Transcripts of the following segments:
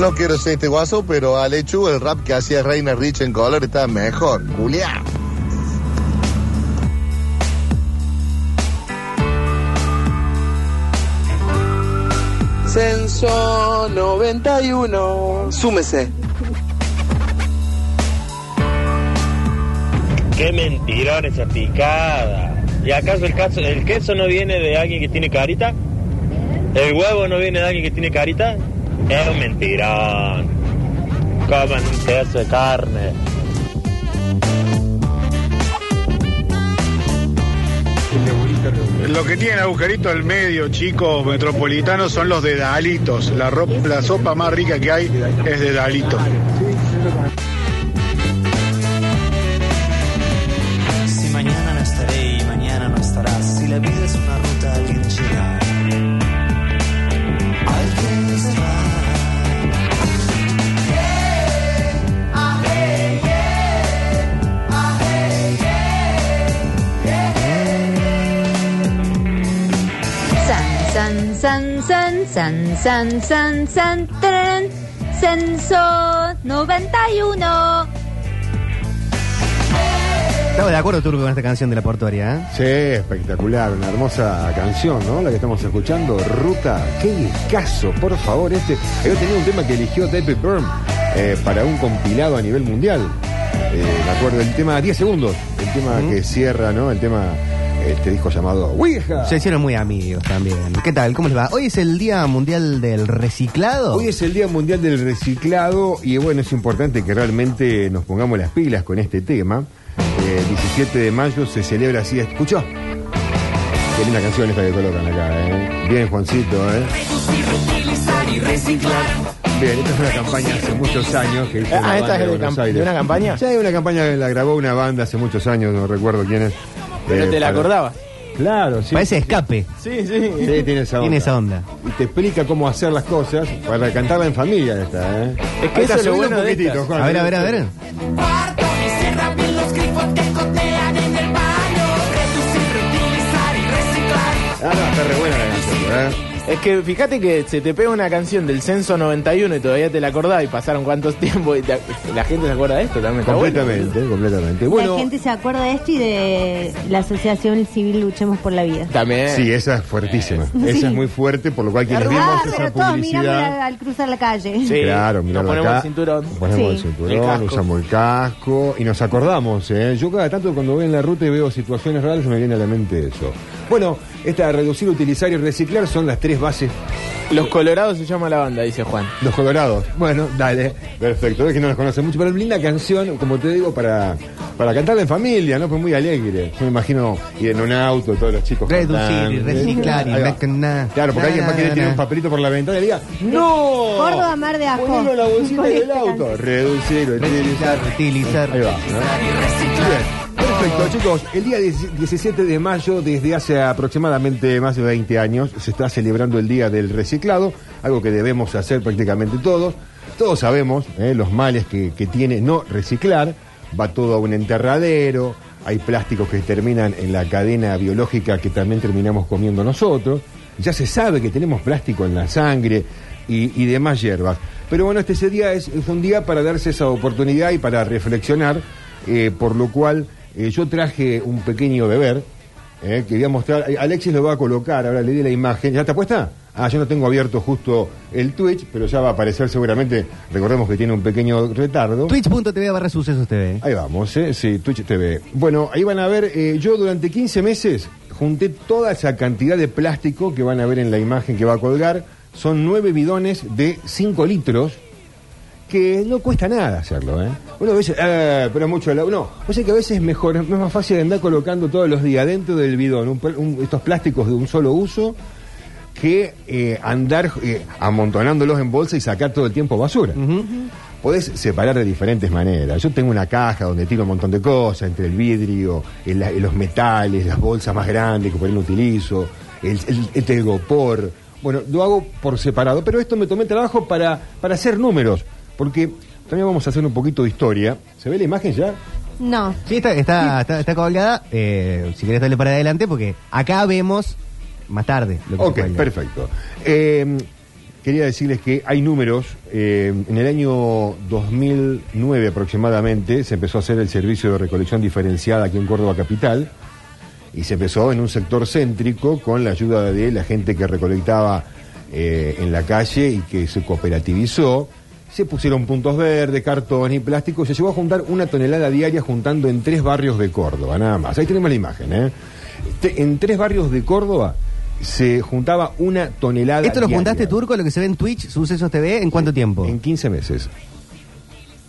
No quiero ser este guaso, pero Alechu, el rap que hacía Reina Rich en color está mejor. Julián. Censo 91. Súmese. Qué mentirón esa picada. ¿Y acaso el, caso- el queso no viene de alguien que tiene carita? ¿El huevo no viene de alguien que tiene carita? Es un mentirón. Coman un queso de carne. Lo que tiene agujerito al medio, chicos, metropolitanos, son los dedalitos. La, ro- la sopa más rica que hay es dedalito. Si mañana no estaré y mañana no estarás, si la vida es una ruta, alguien llega. Alguien se San, san, san, san, san, san, san, tren. Censo 91. Estaba de acuerdo, Turco, con esta canción de la portuaria, ¿eh? Sí, espectacular, una hermosa canción, ¿no? La que estamos escuchando, Ruta, qué escaso, por favor, este. Yo tenía un tema que eligió David Byrne eh, para un compilado a nivel mundial. Eh, me acuerdo, el tema 10 segundos, el tema que cierra, ¿no? El tema, este disco llamado Ouija. Se hicieron muy amigos también. ¿Qué tal? ¿Cómo les va? Hoy es el Día Mundial del Reciclado. Hoy es el Día Mundial del Reciclado y bueno, es importante que realmente nos pongamos las pilas con este tema. Eh, El 17 de mayo se celebra así, ¿escuchó? Qué linda canción esta que colocan acá, ¿eh? Bien, Juancito, ¿eh? Bien, esta es una campaña hace muchos años que hizo Ah, una esta banda es de Buenos camp- Aires. de una campaña. Sí, hay una campaña que la grabó una banda hace muchos años, no recuerdo quién es. Pero Eh, te la para- acordabas. Claro, sí. Parece escape. Sí, sí. Sí, tiene esa onda. Tiene esa onda. Y te explica cómo hacer las cosas para cantarla en familia esta, ¿eh? Es que Ahí está, eso es lo subile bueno un de poquitito, estas. Juan. A ver, a ver, a ver. Ah, no, está re buena la canción, ¿eh? Es que fíjate que se te pega una canción del censo 91 y todavía te la acordás y pasaron cuántos tiempos y te- la gente se acuerda de esto también. está bueno. Completamente, completamente. Bueno, La gente se acuerda de esto y de la Asociación Civil Luchemos por la Vida. También. sí, esa es fuertísima. Esa es muy fuerte, por lo cual quienes Ah, vimos pero esa todos miramos publicidad. al, al cruzar la calle. Sí. Claro, Nos mirarlo ponemos acá, el cinturón. nos Ponemos el Sí. El cinturón, casco. usamos el casco y nos acordamos. ¿eh? Yo cada tanto cuando voy en la ruta y veo situaciones reales me viene a la mente eso. Bueno, esta reducir, utilizar y reciclar son las tres bases Los Colorados se llama la banda, dice Juan. Los Colorados. Bueno, dale. Perfecto, es que no nos conocen mucho, pero linda canción, como te digo, para, para cantarla en familia, ¿no? Fue muy alegre. Yo me imagino ir en un auto, todos los chicos. Reducir y cantando. reciclar y Ahí va. na- na- Claro, porque na- alguien va a querer na- tirar un na. papelito por la ventana y diga, ¡No! Córdoba, Mar de Ajó. Ponelo en la bolsita Con del esta auto. canción. Reducir, Reciclar, utilizar. utilizar. Ahí va. ¿no? Bien, Perfecto, chicos. El día 10 17 de mayo, desde hace aproximadamente más de 20 años, se está celebrando el Día del Reciclado, algo que debemos hacer prácticamente todos. Todos sabemos eh, los males que, que tiene no reciclar. Va todo a un enterradero, hay plásticos que terminan en la cadena biológica que también terminamos comiendo nosotros. Ya se sabe que tenemos plástico en la sangre y, y demás hierbas. Pero bueno, este ese día es, es un día para darse esa oportunidad y para reflexionar, eh, por lo cual eh, yo traje un pequeño deber eh, que voy a mostrar. Eh, Alexis lo va a colocar, ahora le di la imagen. ¿Ya está puesta? Ah, yo no tengo abierto justo el Twitch, pero ya va a aparecer seguramente. Recordemos que tiene un pequeño retardo. Twitch.tv barra sucesos TV. Ahí vamos, ¿eh? Sí, Twitch TV. Bueno, ahí van a ver, eh, yo durante 15 meses junté toda esa cantidad de plástico que van a ver en la imagen que va a colgar. Son nueve bidones de 5 litros que no cuesta nada hacerlo, ¿eh? Uno a veces, eh, pero mucho... la- No, o sea que a veces es mejor, es más fácil andar colocando todos los días dentro del bidón un pl- un- estos plásticos de un solo uso que eh, andar eh, amontonándolos en bolsa y sacar todo el tiempo basura. Podés separar de diferentes maneras. Yo tengo una caja donde tiro un montón de cosas, entre el vidrio, el- la- los metales, las bolsas más grandes que por ahí no utilizo, el, el, el telgopor. Bueno, lo hago por separado, pero esto me tomé trabajo para, para hacer números, porque también vamos a hacer un poquito de historia. ¿Se ve la imagen ya? No. Sí, está, está, está, está colgada. Eh, si querés, dale para adelante porque acá vemos más tarde lo que se Ok, cuelga. perfecto. Eh, quería decirles que hay números. eh, en el año 2009 aproximadamente se empezó a hacer el servicio de recolección diferenciada aquí en Córdoba Capital y se empezó en un sector céntrico con la ayuda de la gente que recolectaba eh, en la calle y que se cooperativizó. Se pusieron puntos verdes, cartón y plástico. Se llevó a juntar una tonelada diaria juntando en tres barrios de Córdoba, nada más. Ahí tenemos la imagen, ¿eh? Te- En tres barrios de Córdoba se juntaba una tonelada ¿Esto lo diaria. juntaste, Turco, lo que se ve en Twitch, Sucesos TV, en cuánto tiempo? En 15 meses.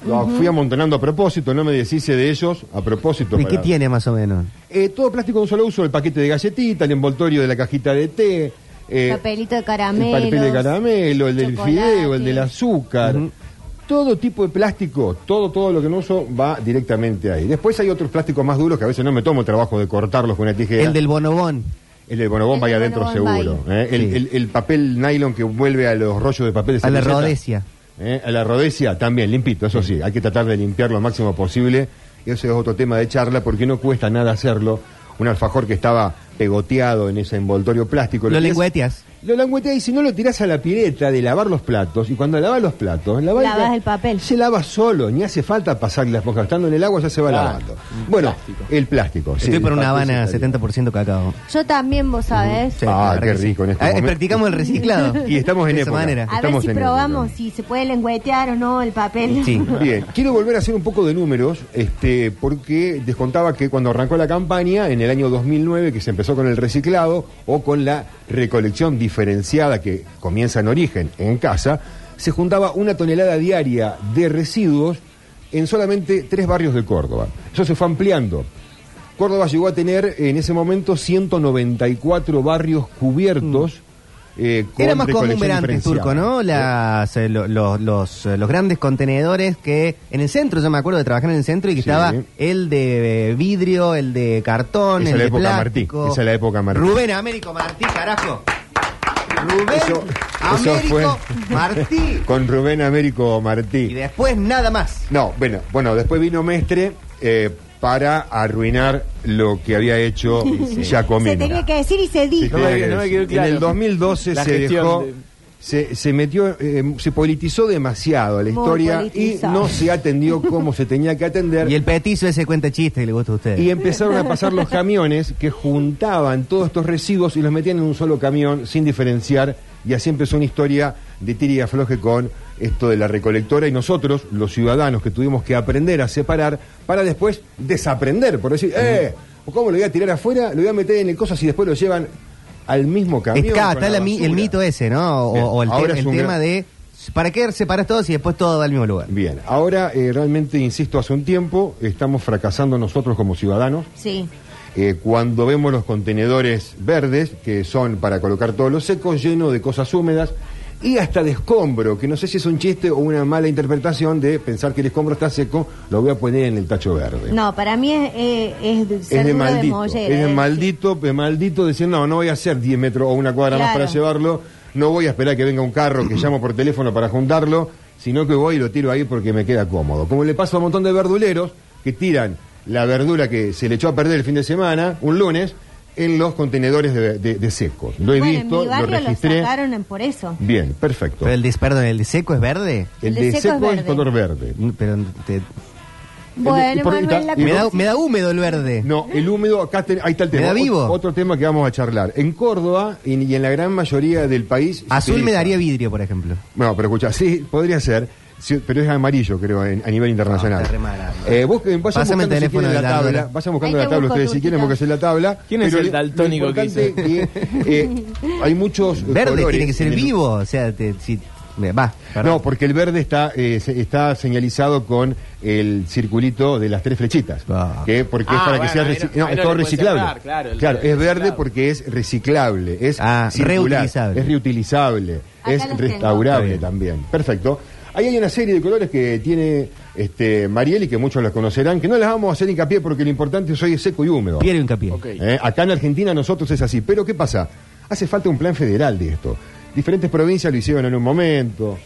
Lo fui amontonando a propósito, no me deshice de ellos, a propósito. ¿Y qué para- tiene más o menos? Eh, todo plástico de un solo uso, el paquete de galletita, el envoltorio de la cajita de té, eh, Papelito de el caramelo. papel de caramelo, el del chocolate. fideo, el del azúcar. Todo tipo de plástico, todo, todo lo que no uso va directamente ahí. Después hay otros plásticos más duros que a veces no me tomo el trabajo de cortarlos con una tijera. El del bonobón. El del bonobón El va ahí del adentro bonobón seguro. va ahí. ¿eh? El, Sí. el- el papel nylon que vuelve a los rollos de papel de A la servilleta, rodecia. ¿eh? A la rodecia también, limpito, eso sí. Hay que tratar de limpiar lo máximo posible. Y ese es otro tema de charla porque no cuesta nada hacerlo. Un alfajor que estaba pegoteado en ese envoltorio plástico. Lo tirás- lengüeteas. Lo lengüeteas y si no lo tirás a la pileta de lavar los platos. Y cuando lavas los platos, lavás Lavás el papel. Se lava solo, ni hace falta pasar las esponja. Estando en el agua ya se va Claro. lavando. Bueno, el plástico. sí, Ah, Estoy por el una papel Habana se está 70% cacao. Yo también, vos sabés. Sí, Ah, claro qué que sí. rico en este Ah, eh, momento. Practicamos el reciclado. Y estamos en De esa época. manera. A Estamos ver en si el probamos momento. si se puede lengüetear o no el papel. Sí. Bien, quiero volver a hacer un poco de números, este, porque descontaba que cuando arrancó la campaña, en el año 2009, que se empezó con el reciclado o con la recolección diferenciada que comienza en origen, en casa, se juntaba una tonelada diaria de residuos en solamente tres barrios de Córdoba. Eso se fue ampliando. Córdoba llegó a tener en ese momento 194 barrios cubiertos. eh, con Mm. Era más común recolección ver antes, diferenciada. Turco, ¿no? Las, eh, lo- lo- los, eh, los grandes contenedores que en el centro, yo me acuerdo de trabajar en el centro y que Sí. estaba el de eh, vidrio, el de cartón, Esa el es la de época Martí, plástico. esa es la época Martí. Rubén Américo Martí, carajo. Rubén Eso- eso Américo fue- Martí. Con Rubén Américo Y Martí. después nada más. No, bueno, bueno, después vino Mestre eh, para arruinar lo que había hecho Giacomini. Se tenía que decir y se Sí, dijo. No me- tenía que no me decir. quedó claro. En el 2012 La se gestión dejó, de- se, se metió, eh, se politizó demasiado la Muy historia y politizado. no se atendió como se tenía que atender. Y el petizo ese cuenta chiste que le gusta a usted. Y empezaron a pasar los camiones que juntaban todos estos residuos y los metían en un solo camión sin diferenciar. Y así empezó una historia de tira y afloje con esto de la recolectora y nosotros, los ciudadanos, que tuvimos que aprender a separar para después desaprender, por decir, ¡eh! ¿Cómo lo voy a tirar afuera? Lo voy a meter en el cosas y después lo llevan al mismo camión. Es ca- con está la la mi- el basura. mito eh. ese, ¿no? O, Bien, o el, te- ahora es el un tema gran- de ¿para qué separas todo si después todo va al mismo lugar? Bien, ahora eh, realmente, insisto, hace un tiempo estamos fracasando nosotros como ciudadanos. Sí. Eh, cuando vemos los contenedores verdes, que son para colocar todo lo seco, lleno de cosas húmedas, y hasta de escombro, que no sé si es un chiste o una mala interpretación de pensar que el escombro está seco, lo voy a poner en el tacho verde. No, para mí es, eh, es, de- Es ser de duro maldito, mollera, es de eh, maldito, de maldito decir, no, no voy a hacer 10 metros o una cuadra más Claro. para llevarlo, no voy a esperar que venga un carro que llamo por teléfono para juntarlo, sino que voy y lo tiro ahí porque me queda cómodo. Como le pasa a un montón de verduleros que tiran la verdura que se le echó a perder el fin de semana, un lunes, en los contenedores de, de- de secos. Lo he Bueno, visto, en mi lo barrio lo, registré. sacaron en- por eso. Bien, perfecto. Pero el de, perdón, el de seco es verde. El, el de seco, es, verde. color verde. Mm, Pero te- Bueno, y por- y ta- Manuel, la y me, cosa- da, me da húmedo el verde. No, el húmedo, acá ten- ahí está el tema. Me da vivo. Ot- Otro tema que vamos a charlar. En Córdoba y, y en la gran mayoría del país. se Azul me utiliza- daría vidrio, por ejemplo. Bueno, pero escucha, sí, podría ser. sí, pero es amarillo, creo, en- a nivel internacional. No, está re mala. Eh, vos que- vayan Pásame el buscando si teléfono quieren de la la tabla. Lola. Vayan buscando Ahí la te tabla busco, ustedes si quieren, Turquita. porque es la tabla. ¿Quién es Pero el lo- lo daltónico que importante hizo? que, eh, hay muchos. Verde colores tiene que ser en el- vivo. O sea, te- si, me- va. perdón. No, porque el verde está eh, se- está señalizado con el circulito de las tres flechitas. Ah. Que porque es Ah, para bueno, que sea ahí no- reci- ahí no, no es le todo puedes reciclable. cerrar, claro, el- es verde reciclable. porque es reciclable, es Ah, circular, reutilizable. es reutilizable, Acá los es tengo. restaurable Está también. Perfecto. Ahí hay una serie de colores que tiene este Mariel y que muchos las conocerán, que no las vamos a hacer hincapié porque lo importante es hoy es seco y húmedo. Piero hincapié. Ok. Eh, Acá en Argentina nosotros es así. Pero ¿qué pasa? Hace falta un plan federal de esto. Diferentes provincias lo hicieron en un momento.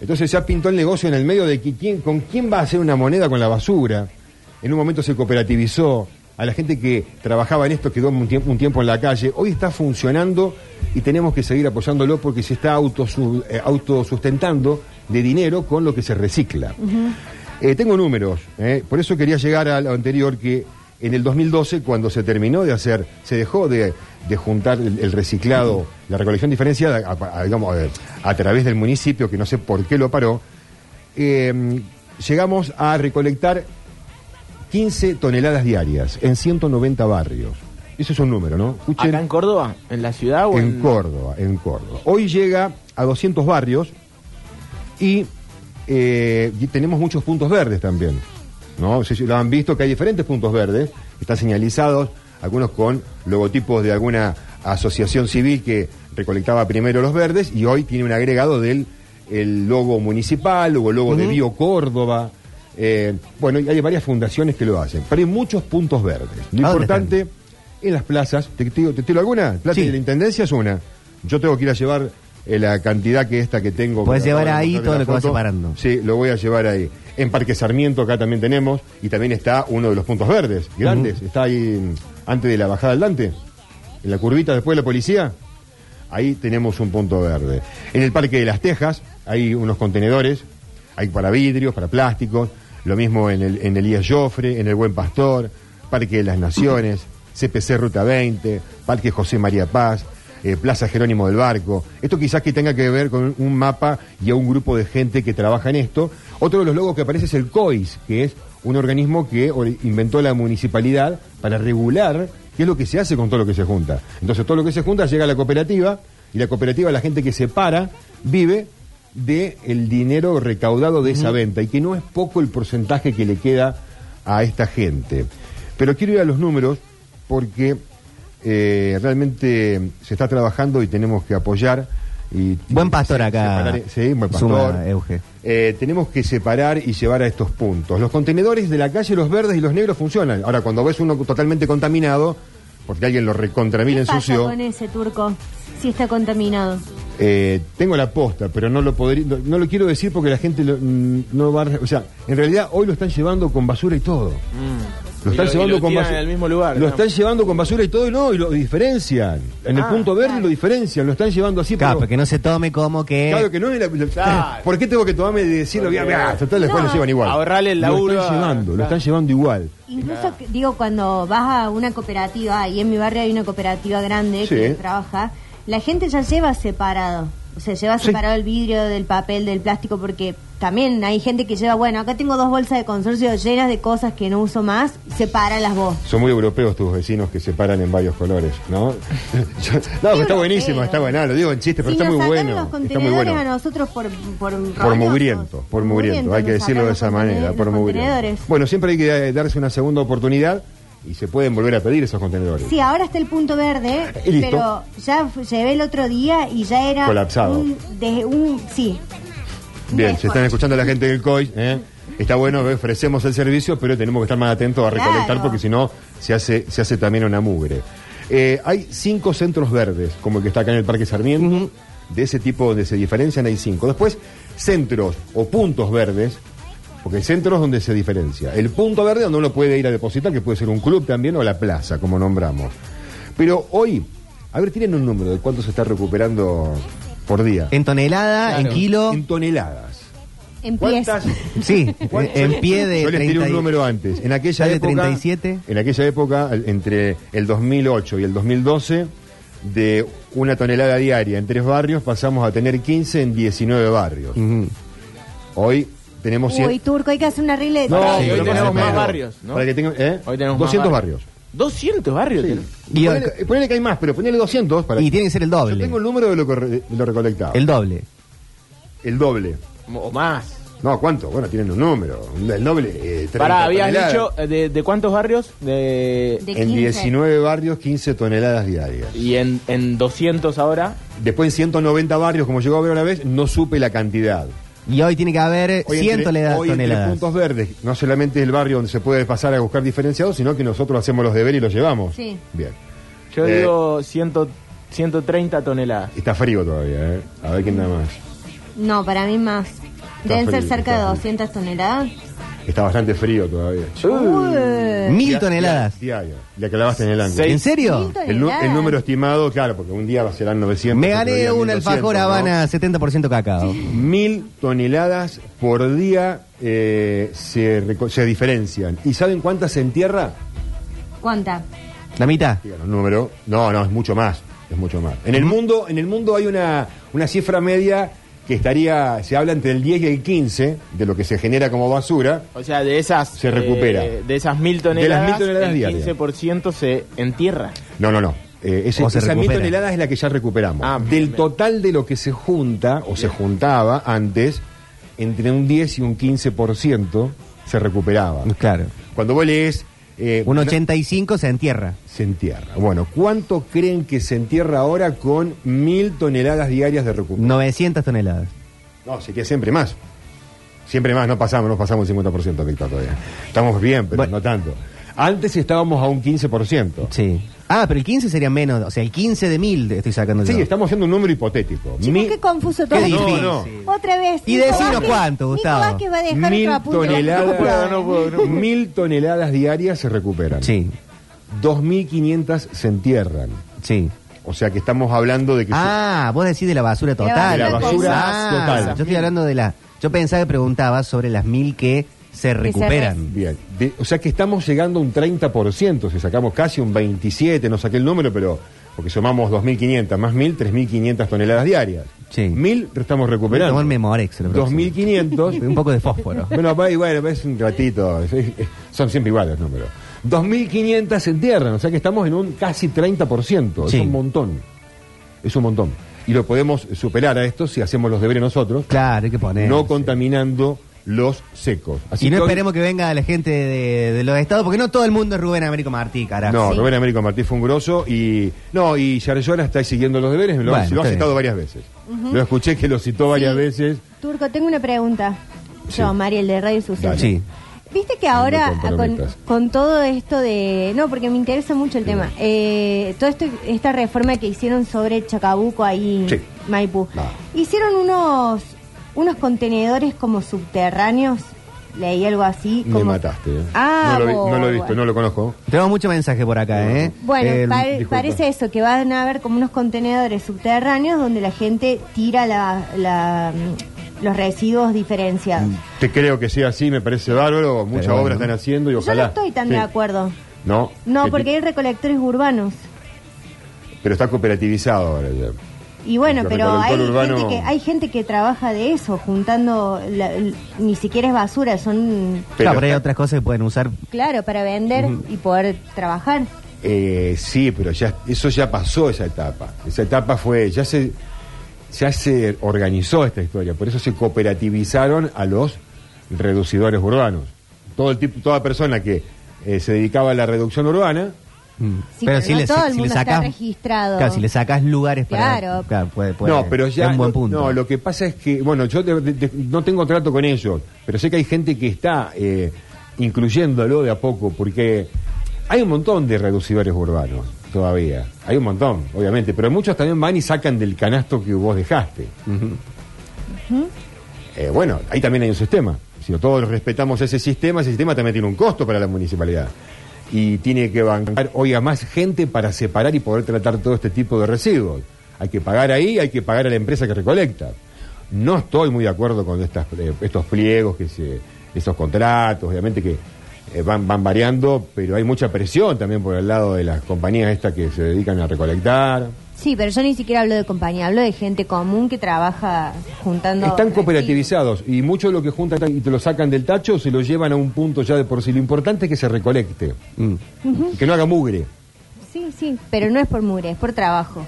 Entonces ya pintó el negocio en el medio de que quién- con quién va a hacer una moneda con la basura. En un momento se cooperativizó. a la gente que trabajaba en esto, quedó un tiempo, un tiempo en la calle. Hoy está funcionando y tenemos que seguir apoyándolo porque se está autosu- eh, autosustentando de dinero con lo que se recicla. Eh, tengo números, eh, por eso quería llegar a lo anterior que en el 2012, cuando se terminó de hacer, se dejó de, de juntar el, el reciclado, la recolección diferenciada, a, a- digamos, a ver, a través del municipio, que no sé por qué lo paró, eh, llegamos a recolectar 15 toneladas diarias en 190 barrios. Eso es un número, ¿no? Escuchen ¿Acá en Córdoba? ¿En la ciudad o en, en Córdoba, en Córdoba. Hoy llega a 200 barrios y, eh, y tenemos muchos puntos verdes también. ¿no? No sé si lo han visto que hay diferentes puntos verdes, están señalizados, algunos con logotipos de alguna asociación civil que recolectaba primero los verdes y hoy tiene un agregado del el logo municipal o el logo de Bio Córdoba. Eh, bueno, y hay varias fundaciones que lo hacen, pero hay muchos puntos verdes. Lo ¿A dónde importante en las plazas. ¿Te, te, te tiro alguna? Plata Sí. de la Intendencia es una. Yo tengo que ir a llevar eh, la cantidad que esta que tengo. Podés que acabo llevar de ahí mostrar en todo la lo que vas foto. separando. Sí, lo voy a llevar ahí. En Parque Sarmiento acá también tenemos. Y también está uno de los puntos verdes, grandes. Está ahí mm, antes de la bajada al Dante. En la curvita después de la policía. Ahí tenemos un punto verde. En el Parque de las Tejas hay unos contenedores, hay para vidrios, para plásticos, lo mismo en el, en Elías Joffre, en el Buen Pastor, Parque de las Naciones, CPC Ruta 20, Parque José María Paz, eh, Plaza Jerónimo del Barco. Esto quizás que tenga que ver con un mapa y a un grupo de gente que trabaja en esto. Otro de los logos que aparece es el COIS, que es un organismo que ori- inventó la municipalidad para regular qué es lo que se hace con todo lo que se junta. Entonces todo lo que se junta llega a la cooperativa y la cooperativa, la gente que separa, vive del el dinero recaudado de esa venta y que no es poco el porcentaje que le queda a esta gente. Pero quiero ir a los números porque eh, realmente se está trabajando y tenemos que apoyar. Y Buen pastor acá. Separar- sí, buen pastor. Ah, suma Euge. Eh, tenemos que separar y llevar a estos puntos. Los contenedores de la calle, los verdes y los negros funcionan. Ahora, cuando ves uno totalmente contaminado, porque alguien lo recontramina, ¿Qué pasa ensució, con ese turco? Si está contaminado. eh, tengo la posta, pero no lo podría, no, no lo quiero decir porque la gente lo- mm, no va, a re- o sea, en realidad hoy lo están llevando con basura y todo. Mm. Lo Y están y llevando lo con tiran basura. en el mismo lugar. Lo ¿no? están llevando con basura y todo y no, y lo diferencian. En el Ah, punto verde lo diferencian, lo están llevando así. Claro, pero- que no se tome como que. Claro que no es la- la- Eh. Claro. ¿Por qué tengo que tomarme y decirlo? Porque- Ah, total, después No. lo llevan igual. Ahorrale el laburo Lo están a- llevando, lo claro. están llevando igual. Incluso, que- digo, cuando vas a una cooperativa, y en mi barrio hay una cooperativa grande que Sí. trabaja, la gente ya lleva separado. O sea, lleva Sí. separado el vidrio del papel, del plástico, porque también hay gente que lleva, bueno, acá tengo dos bolsas de consorcio llenas de cosas que no uso más, separa las vos. Son muy europeos tus vecinos que se paran en varios colores, ¿no? Yo- no, pero está europeo. buenísimo, está bueno, lo digo en chiste, pero si está nos muy sacaron bueno. los Está muy contenedores a bueno. nosotros por Por por roñosos, mugriento, por mugriento, hay que decirlo nos sacaron de los esa manera, contenedores- por los mugriento. contenedores. Bueno, siempre hay que eh, darse una segunda oportunidad y se pueden volver a pedir esos contenedores. Sí, ahora está el punto verde, Ah, Y listo. pero ya f- llevé el otro día y ya era Colapsado. Un, de- un- sí. Bien, se están escuchando la gente del COI. ¿eh? Está bueno, ofrecemos el servicio, pero tenemos que estar más atentos a recolectar Claro. porque si no se hace, se hace también una mugre. Eh, hay cinco centros verdes, como el que está acá en el Parque Sarmiento, de ese tipo donde se diferencian hay cinco. Después, centros o puntos verdes, porque hay centros donde se diferencia. El punto verde donde uno puede ir a depositar, que puede ser un club también o la plaza, como nombramos. Pero hoy, a ver, tienen un número de cuánto se está recuperando por día. En tonelada, Claro. en kilo. en toneladas. Empieza. ¿Cuántas? Sí, en pie de. Yo les tiré 30 y- un número antes. En aquella ¿Sale época, 37? En aquella época, al- entre el 2008 y el 2012, de una tonelada diaria en tres barrios pasamos a tener 15 en 19 barrios. Ujú. Hoy tenemos 100. Uy, turco, hay que hacer una regleta. No, Sí, y hoy pero tenemos menos. más barrios, ¿no? Para que tengan- ¿eh? Hoy tenemos más 200 barrios. barrios. 200 barrios. Sí. tenemos. Y hoy- Ponele, ponele que hay más, pero ponele 200. Para Y tiene que ser el doble. Yo tengo el número de lo, que re- de lo recolectado. El doble. El doble. O más. No, ¿cuánto? Bueno, tienen un número. El doble. Eh, 30 Pará, habías toneladas. dicho eh, de, de cuántos barrios de, De En 15. 19 barrios, 15 toneladas diarias. y en, en 200 ahora. Después en 190 barrios, como llegó a ver una vez, no supe la cantidad. Y hoy tiene que haber Hoy 100 entre- toneladas. hoy entre toneladas. puntos verdes, no solamente es el barrio donde se puede pasar a buscar diferenciados, sino que nosotros hacemos los deberes y los llevamos. Sí. Bien. Yo Eh. digo 100 130 toneladas. Está frío todavía, ¿eh? A ver quién da más. No, para mí más. Deben ser frío, cerca de está frío. 200 toneladas. Está bastante frío todavía. Uy. Eh. Mil Ya- toneladas. ya- Diario. La que lavaste en el año. ¿En serio? Mil El, nu- toneladas. el número estimado, claro, porque un día serán 900. Me otro gané día un 1200, alfajor ¿no? Habana 70% cacao. Mil toneladas por día eh, se, reco- se diferencian. ¿Y saben cuántas se entierra? ¿Cuánta? La mitad. Díganos, número. No, no, es mucho más. Es mucho más. En el mundo, en el mundo hay una, una cifra media que estaría, se habla entre el 10 y el 15 de lo que se genera como basura. O sea, de esas. Se recupera. eh, de esas mil las mil toneladas. toneladas el diarias. 15% se entierra. No, no, no. Eh, ese- O se esa mil recupera. toneladas es la que ya recuperamos. Ah, Del bien. total de lo que se junta o se juntaba antes, entre un 10 y un 15% se recuperaba. Claro. Cuando vos lees... eh, Mm. Un una- 85 se entierra. se entierra. Bueno, ¿cuánto creen que se entierra ahora con mil toneladas diarias de recuperación? 900 toneladas. No, sería siempre más. Siempre más, no pasamos, no pasamos el 50%, Víctor, todavía. Estamos bien, pero Bueno. no tanto. Antes estábamos a un 15%. Sí. Ah, pero el 15 sería menos. O sea, el 15 de mil de- estoy sacando Sí, yo. estamos haciendo un número hipotético. Chicos, Mi- qué confuso todo. Qué No, difícil. no. Otra vez. Y Nico decinos Vázquez- cuánto, Gustavo. Nico Vázquez va a dejar mil otro apunte. toneladas, puedo, no puedo, no puedo. mil toneladas diarias se recuperan. Sí, 2.500 se entierran. sí. O sea que estamos hablando de que... Ah, vos decís de la basura total. De la basura Ah, total. Yo estoy hablando de la. Yo pensaba que preguntabas sobre las mil que se recuperan. Bien, de- o sea que estamos llegando a un 30%, si sacamos casi un 27, no saqué el número, pero porque sumamos 2.500 más 1.000, 3.500 toneladas diarias. Sí. 1.000 estamos Voy a recuperando. tomar Memorex. la próxima. 2.500. Un poco de fósforo. bueno, va igual, bueno, es un ratito, es- es- son siempre iguales los números. 2.500 se entierran, o sea que estamos en un casi 30%, Sí. es un montón, es un montón. Y lo podemos superar a esto si hacemos los deberes nosotros, Claro, hay que poner. no contaminando los secos. y que no hoy- esperemos que venga la gente de, de los estados, porque no todo el mundo es Rubén Américo Martí, carajo. No, Rubén Américo Martí fue un grosso y. No, y Yarlona está siguiendo los deberes, me lo, Bueno, lo ha está citado bien. varias veces. Lo escuché que lo citó varias Sí. veces. Turco, tengo una pregunta. Yo, Sí. Mariel de Radio Suceso. Dale. Sí. Viste que No ahora ah, me con, comprometas. con todo esto de... No, porque me interesa mucho el tema. Eh, todo esto, esta reforma que hicieron sobre Chacabuco ahí, Sí. Maipú. No. Hicieron unos, unos contenedores como subterráneos. Leí algo así. Me como- mataste. eh. Ah, no, lo vi- no lo he bueno. visto, no lo conozco. Tenemos mucho mensaje por acá, ¿eh? Bueno, Eh, pa- disculpa. parece eso, que van a haber como unos contenedores subterráneos donde la gente tira la- la- los residuos diferenciados. Mm, Te creo que sea así, me parece bárbaro. Mucha Pero obra bueno. están haciendo y Yo no ojalá. estoy tan Sí. de acuerdo. No. No, que- porque hay recolectores urbanos. Pero está cooperativizado ahora ya. Y bueno, El pero hay recolector urbano- gente, que, hay gente que trabaja de eso, juntando, la- l- ni siquiera es basura, son, claro, Pero pero hay está- otras cosas que pueden usar. claro, para vender y poder trabajar. Eh, sí, pero ya eso ya pasó esa etapa. Esa etapa fue, ya se, ya se organizó esta historia, por eso se cooperativizaron a los reducidores urbanos. Todo el tipo, toda persona que eh, se dedicaba a la reducción urbana, Mm. Sí, pero no todo el mundo está registrado. Claro, si le sacas lugares para. Claro. puede, puede- no, pero ya es un buen punto. no, lo que pasa es que, bueno, yo de- de- de- no tengo trato con ellos, pero sé que hay gente que está eh, incluyéndolo de a poco, porque hay un montón de reducidores urbanos todavía, hay un montón, obviamente, pero muchos también van y sacan del canasto que vos dejaste. Eh, bueno, ahí también hay un sistema. Si todos respetamos ese sistema, ese sistema también tiene un costo para la municipalidad. Y tiene que bancar hoy a más gente para separar y poder tratar todo este tipo de residuos. Hay que pagar ahí, hay que pagar a la empresa que recolecta. No estoy muy de acuerdo con estas, eh, estos pliegos, que se, esos contratos, obviamente que eh, van, van variando, pero hay mucha presión también por el lado de las compañías estas que se dedican a recolectar. Sí, pero yo ni siquiera hablo de compañía, hablo de gente común que trabaja juntando. Están residuos. cooperativizados y mucho de lo que juntan y te lo sacan del tacho se lo llevan a un punto ya de por sí. Lo importante es que se recolecte, Mm. que no haga mugre. Sí, sí, pero no es por mugre, es por trabajo.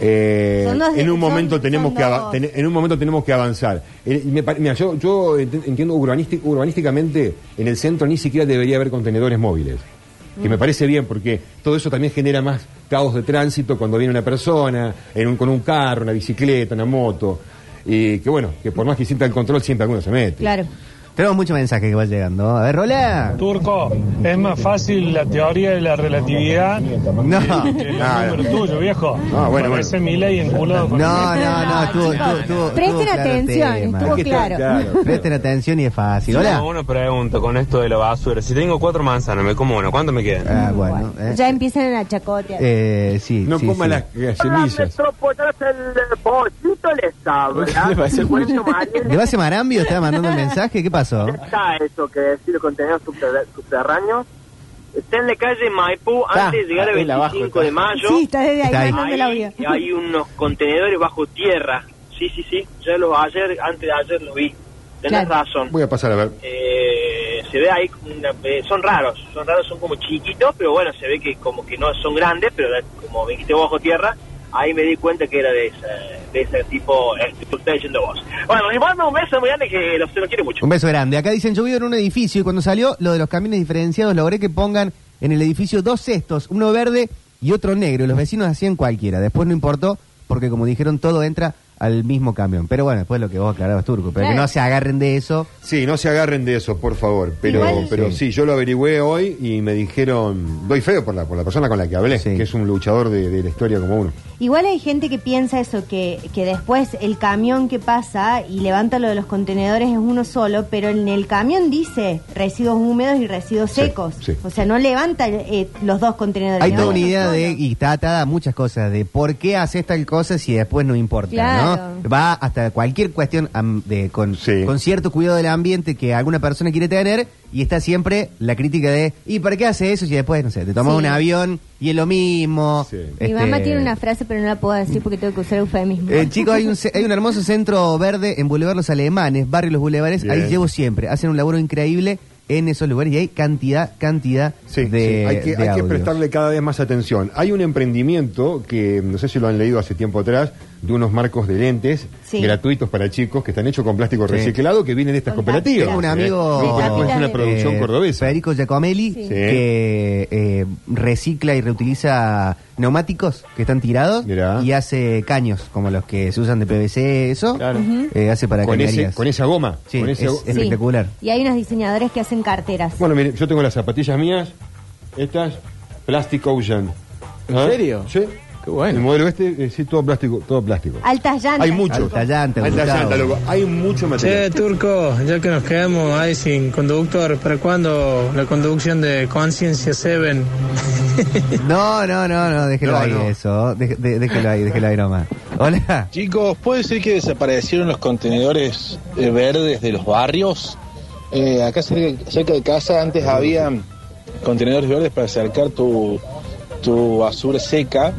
Eh, Son dos- en un son- momento tenemos son que ava- dos. ten- en un momento tenemos que avanzar. Eh, me pare- mira, yo, yo ent- entiendo urbanisti- urbanísticamente en el centro ni siquiera debería haber contenedores móviles. Que Mm. me parece bien porque todo eso también genera más caos de tránsito cuando viene una persona en un- con un carro, una bicicleta, una moto. Y que bueno, que por más que sienta el control siempre alguno se mete. Claro. Tenemos muchos mensajes que van llegando. A ver, hola. Turco, es más fácil la teoría de la relatividad No. que, que el No, número no. tuyo, viejo. No, Ah, bueno, Parece Milei enculado con No, no, no, estuvo, chicos. estuvo, estuvo- Presten estuvo claro el atención, tema. estuvo Es que está claro. claro. Presten atención y es fácil. Hola. Tengo una pregunta con esto de la basura. Si tengo cuatro manzanas, me como una. ¿Cuánto me queda? Ah, bueno. eh. Ya empiezan a chacotear. Eh, sí, sí, sí. ¿Le va a hacer pollo? ¿Le va a hacer marambio? ¿Estaba mandando un mensaje? ¿Qué pasó? Está eso que decir contenidos subterrá- subterráneos. Está en la calle Maipú, Está. antes de llegar Ah, al es la 25 de mayo. Sí, está desde ahí Ahí mandando el audio. Hay unos contenedores bajo tierra. Sí, sí, sí. Ya los ayer, antes de ayer lo vi. Tenés razón. Voy a pasar a ver. Eh, se ve ahí, como una- eh, son raros, son raros, son como chiquitos, pero bueno, se ve que como que no son grandes, pero la- como dijiste bajo tierra, ahí me di cuenta que era de ese, de ese tipo, eh, que está diciendo vos. Bueno, le mando un beso muy grande que lo- se lo quiere mucho. Un beso grande. Acá dicen, yo vivo en un edificio y cuando salió lo de los camiones diferenciados, logré que pongan en el edificio dos cestos, uno verde y otro negro. Y los vecinos hacían cualquiera. Después no importó porque, como dijeron, todo entra al mismo camión. Pero bueno, después lo que vos aclarabas, Turco. Pero que Claro. no se agarren de eso. Sí, no se agarren de eso, por favor. Pero, Igual- pero Sí. sí. yo lo averigüé hoy y me dijeron, doy feo por la, por la persona con la que hablé, que es un luchador de, de la historia como uno. Igual hay gente que piensa eso, que, que después el camión que pasa y levanta lo de los contenedores es uno solo, pero en el camión dice residuos húmedos y residuos secos. O sea, no levanta eh, los dos contenedores. Hay levanta toda una uno idea solo. de, y está atada a muchas cosas, de por qué haces tal cosa si después no importa, Claro. ¿no? Va hasta cualquier cuestión am, de, con, con cierto cuidado del ambiente que alguna persona quiere tener y está siempre la crítica de, ¿y para qué hace eso si después, no sé, te tomas Sí. un avión y es lo mismo? Mi Este, mamá tiene una frase, pero no la puedo decir porque tengo que usar eufemismo. eh, chicos, hay un, ce- hay un hermoso centro verde en Boulevard Los Alemanes, barrio Los Bulevares, Bien. ahí llevo siempre, hacen un laburo increíble en esos lugares y hay cantidad, cantidad de... Sí, hay que, de hay que audios. prestarle cada vez más atención. Hay un emprendimiento que, no sé si lo han leído hace tiempo atrás, de unos marcos de lentes Sí. gratuitos para chicos que están hechos con plástico Sí. reciclado que vienen de estas cooperativas. Tengo un ¿eh? amigo. Grupo Napo es una eh, producción cordobesa. Federico Giacomelli, Sí. que eh, recicla y reutiliza neumáticos que están tirados y hace caños, como los que se usan de PVC, eso. Ujú. eh, hace para Con, ese- cañerías. con esa goma. Sí, con ese es go- Sí. Y hay unos diseñadores que hacen carteras. Bueno, mire, yo tengo las zapatillas mías, estas, Plastic Ocean. ¿En ¿Ah? serio? Sí. Qué bueno. El modelo este, eh, sí, todo plástico, todo plástico. Altas llantas. Hay mucho. chicos. Alta llanta, loco. Hay mucho material. Che, Turco, ya que nos quedamos ahí sin conductor, ¿para cuándo la conducción de Conciencia 7? No, no, no, no, déjelo No, ahí no. eso. Dej- de- déjelo ahí, déjelo ahí nomás. Hola. Chicos, ¿puede ser que desaparecieron los contenedores eh, verdes de los barrios? Eh, acá cerca, cerca de casa antes había contenedores verdes para acercar tu, tu basura seca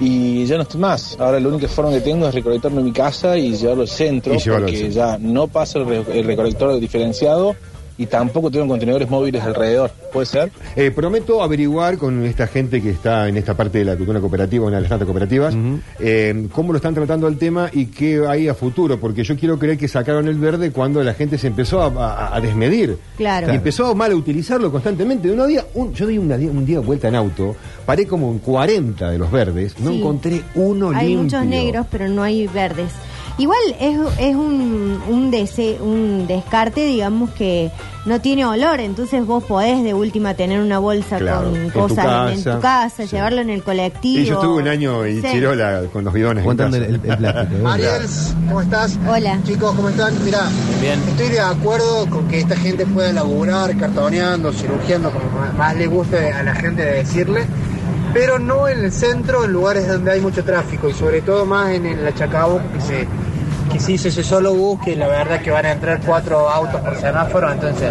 y ya no estoy más. Ahora la única forma que tengo es recolectarlo en mi casa y llevarlo al centro Y llevarlo al porque centro. ya no pasa el, re- el recolector diferenciado y tampoco tengo contenedores móviles alrededor. ¿Puede ser? Eh, prometo averiguar con esta gente que está en esta parte de la cultura cooperativa, una de las tantas cooperativas, eh, cómo lo están tratando el tema y qué hay a futuro, porque yo quiero creer que sacaron el verde cuando la gente se empezó a, a- a desmedir. Claro. Y empezó mal a utilizarlo constantemente. De una día, un- yo di una día- un día vuelta en auto, paré como en 40 de los verdes, no Sí. encontré uno hay limpio. muchos negros, pero no hay verdes. Igual es, es un, un, dese- un descarte, digamos, que no tiene olor, entonces vos podés de última tener una bolsa Claro, en con tu cosas en tu casa. casa, llevarlo en el colectivo. Y yo estuve un año en Sí. Chirola con los bidones. Aguantando el- el plástico, ¿eh? Ariels, ¿cómo estás? Hola. Chicos, ¿cómo están? Mirá, estoy de acuerdo con que esta gente pueda laburar, cartoneando, cirugiando, como ma- más le guste a la gente decirle, pero no en el centro, en lugares donde hay mucho tráfico, y sobre todo más en el Achacabo, que se, que se hizo ese solo bus, que la verdad que van a entrar cuatro autos por semáforo, entonces,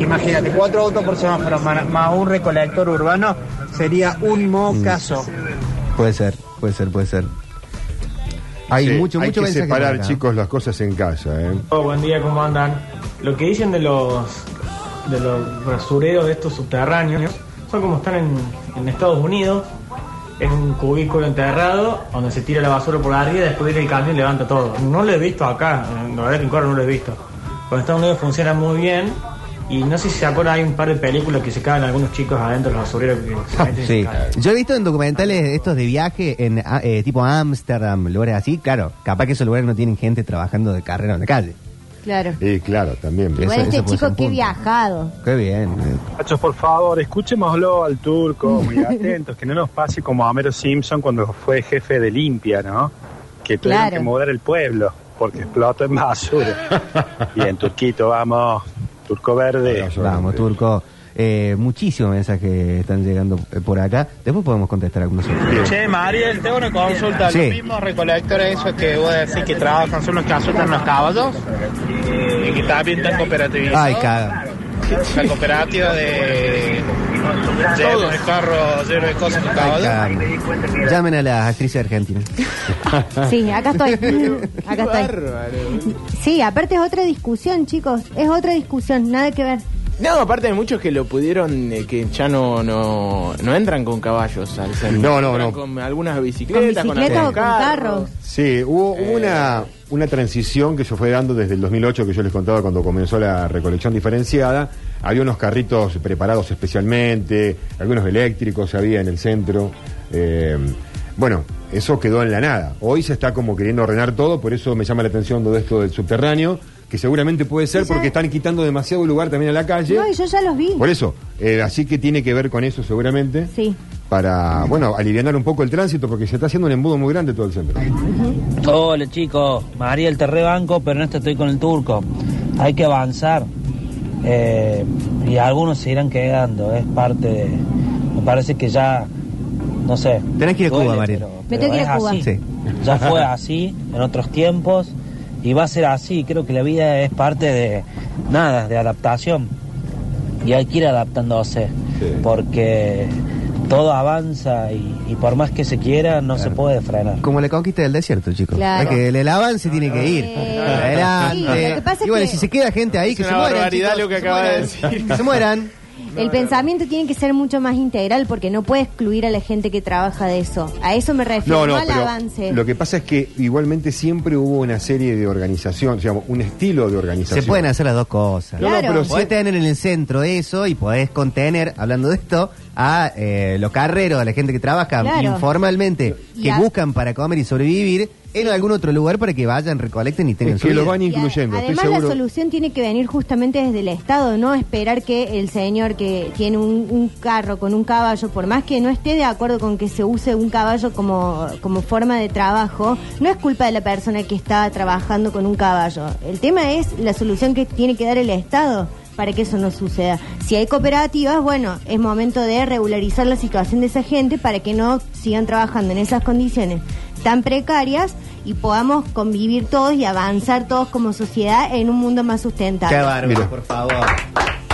imagínate, cuatro autos por semáforo, ma- más un recolector urbano, sería un mocazo. Mm. Puede ser, puede ser, puede ser. Hay Sí, mucho, hay mucho que mensaje separar, acá. chicos, las cosas en casa. ¿eh? Oh, buen día, ¿cómo andan? Lo que dicen de los de los basureros de estos subterráneos son como están en, en Estados Unidos, en un cubículo enterrado, donde se tira la basura por arriba y después viene el camión y levanta todo. No lo he visto acá, en la verdad que en Córdoba no lo he visto. Pero en Estados Unidos funciona muy bien y no sé si se acuerdan, hay un par de películas que se caen algunos chicos adentro de los basureros que se meten y se Ah, Sí. caen. Yo he visto en documentales estos de viaje en ah, eh, tipo Ámsterdam, lugares así, claro, capaz que esos lugares no tienen gente trabajando de carrera en la calle. Claro. Y claro, también. Igual este chico que viajado. Qué bien. Muchachos, por favor, escuchémoslo al turco, muy atentos, que no nos pase como a Homero Simpson cuando fue jefe de limpia, ¿no? Que tuvieron Claro. que mudar el pueblo porque explotó en basura. Bien, turquito, vamos. Turco verde. Eh, Vamos, Turco. Eh, muchísimos mensajes están llegando eh, por acá. Después podemos contestar algunos otros. Che, Mariel, tengo una consulta. Sí. ¿Los mismos recolectores esos que vos decís que trabajan son los que azotan los caballos? Y que también están cooperativizados. Ay, caga. La cooperativa de... Lleno de carros, lleno de cosas, los Ay, caballos. caga. Llamen a las actrices argentinas. Sí, acá Ah. estoy. acá estoy. Sí, aparte es otra discusión, chicos. Es otra discusión, nada que ver. No, aparte hay muchos que lo pudieron, eh, que ya no, no, no entran con caballos al centro. No, no, Entran no. Con algunas Con bicicletas, con, bicicletas o con algunos carros. Sí, hubo Eh. hubo una, una transición que se fue dando desde el 2008, que yo les contaba cuando comenzó la recolección diferenciada. Había unos carritos preparados especialmente, algunos eléctricos había en el centro. Eh, bueno, eso quedó en la nada. Hoy se está como queriendo ordenar todo, por eso me llama la atención todo esto del subterráneo, que seguramente puede ser porque están quitando demasiado lugar también a la calle. No, y yo ya los vi. Por eso, eh, así que tiene que ver con eso seguramente. Sí. Para, bueno, aliviar un poco el tránsito, porque se está haciendo un embudo muy grande todo el centro. Hola chicos, María el banco, pero en esta estoy con el turco. Hay que avanzar eh, y algunos se irán quedando, es parte de... Me parece que ya, no sé. Tenés que ir a Cuba, duele, María. pero- Me pero tengo que ir es a Cuba. así. Sí. Ya fue así en otros tiempos y va a ser así. Creo que la vida es parte de nada, de adaptación. Y hay que ir adaptándose porque todo avanza y, y por más que se quiera no se puede frenar. Como la conquista del desierto, chicos. Claro. Es que el, el avance tiene que ir. Eh, Sí, Adelante. lo que pasa es y bueno, que- si se queda gente ahí, Es que se una mueran. barbaridad chicos, lo que se acaba de mueran. decir. Que se mueran. El pensamiento tiene que ser mucho más integral porque no puede excluir a la gente que trabaja de eso. A eso me refiero, no, No, no, al pero avance. lo que pasa es que igualmente siempre hubo una serie de organización, digamos, un estilo de organización. Se pueden hacer las dos cosas. No, no, Claro. pero podés sí- tener en el centro eso y podés contener, hablando de esto, a eh, los carreros, a la gente que trabaja Claro. informalmente, Y que a- buscan para comer y sobrevivir en algún otro lugar para que vayan, recolecten y tengan Es que su lo vida. van incluyendo, Además, la solución tiene que venir justamente desde el Estado, no esperar que el señor que tiene un, un carro con un caballo, por más que no esté de acuerdo con que se use un caballo como, como forma de trabajo, no es culpa de la persona que está trabajando con un caballo. El tema es la solución que tiene que dar el Estado para que eso no suceda. Si hay cooperativas, bueno, es momento de regularizar la situación de esa gente para que no sigan trabajando en esas condiciones tan precarias y podamos convivir todos y avanzar todos como sociedad en un mundo más sustentable. Qué bárbaro, Mira. por favor.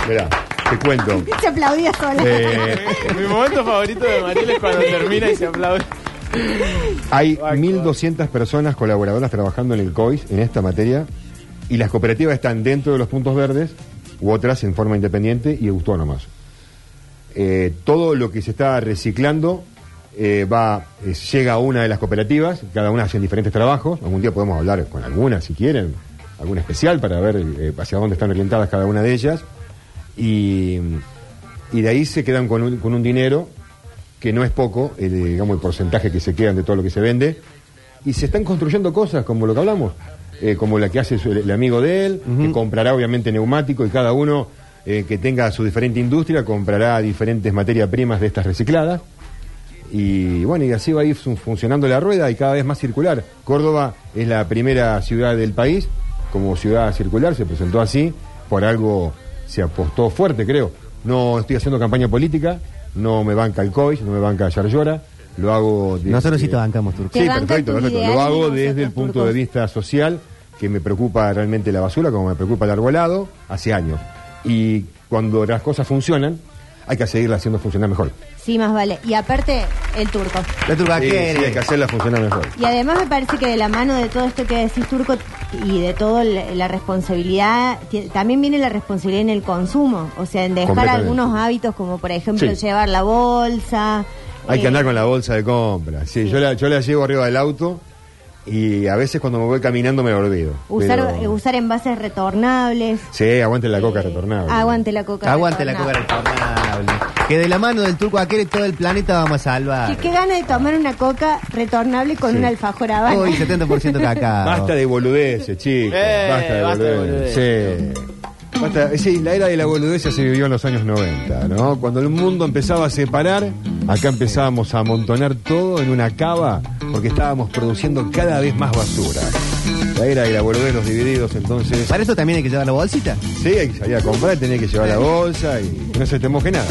Mirá, te cuento. Se aplaudía sola. Eh, Mi momento favorito de Mariel es cuando termina y se aplaude. Hay 1.200 personas colaboradoras trabajando en el COIS en esta materia y las cooperativas están dentro de los puntos verdes u otras en forma independiente y autónomas. Eh, todo lo que se está reciclando eh, va eh, llega a una de las cooperativas, cada una hace diferentes trabajos. Algún día podemos hablar con alguna si quieren, alguna especial para ver eh, hacia dónde están orientadas cada una de ellas. Y, y de ahí se quedan con un- con un dinero que no es poco, el, digamos, el porcentaje que se quedan de todo lo que se vende, y se están construyendo cosas como lo que hablamos, eh, como la que hace su- el amigo de él, que comprará obviamente neumático y cada uno eh, que tenga su diferente industria comprará diferentes materias primas de estas recicladas. Y bueno, y así va a ir fun- funcionando la rueda y cada vez más circular. Córdoba es la primera ciudad del país como ciudad circular, se presentó así, por algo se apostó fuerte, creo. No estoy haciendo campaña política, no me banca el COIS, no me banca Yarlora, lo hago... desde- Nosotros sí te bancamos, Turco. Sí, Te bancan perfecto, tus perfecto. Lo ideales y hago nosotros, desde el punto Turcos. de vista social, que me preocupa realmente la basura, como me preocupa el arbolado, hace años. Y cuando las cosas funcionan, hay que seguirlas haciendo funcionar mejor. Sí, más vale. Y aparte, el turco. La turba quiere. hay que hacerlas funcionar mejor. Y además me parece que de la mano de todo esto que decís turco y de toda la responsabilidad, ti- también viene la responsabilidad en el consumo, o sea, en dejar Completamente. algunos hábitos como por ejemplo Sí. llevar la bolsa. Hay eh, que andar con la bolsa de compra. Sí, Yo, la, yo la llevo arriba del auto y a veces cuando me voy caminando me lo olvido. Usar, Pero- eh, usar envases retornables. Sí, aguante la coca retornable. Aguante la coca. Aguante la coca retornable. retornable. Que de la mano del turco aquel todo el planeta vamos a salvar. Que qué gana de tomar una coca retornable con Sí. un alfajor abajo. Uy, 70% cacao. Basta de boludeces, chicos. Eh, basta de basta de boludeces. Sí. Basta- sí, la era de la boludez se vivió en los años 90, ¿no? Cuando el mundo empezaba a separar, acá empezábamos a amontonar todo en una cava porque estábamos produciendo cada vez más basura. La era de la boludez, los divididos, entonces. ¿Para eso también hay que llevar la bolsita? Sí, hay que salir a comprar, tenés que llevar la bolsa y que no se te moje nada.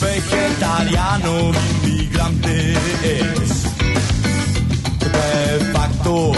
Vegetariano, migrante es. De facto.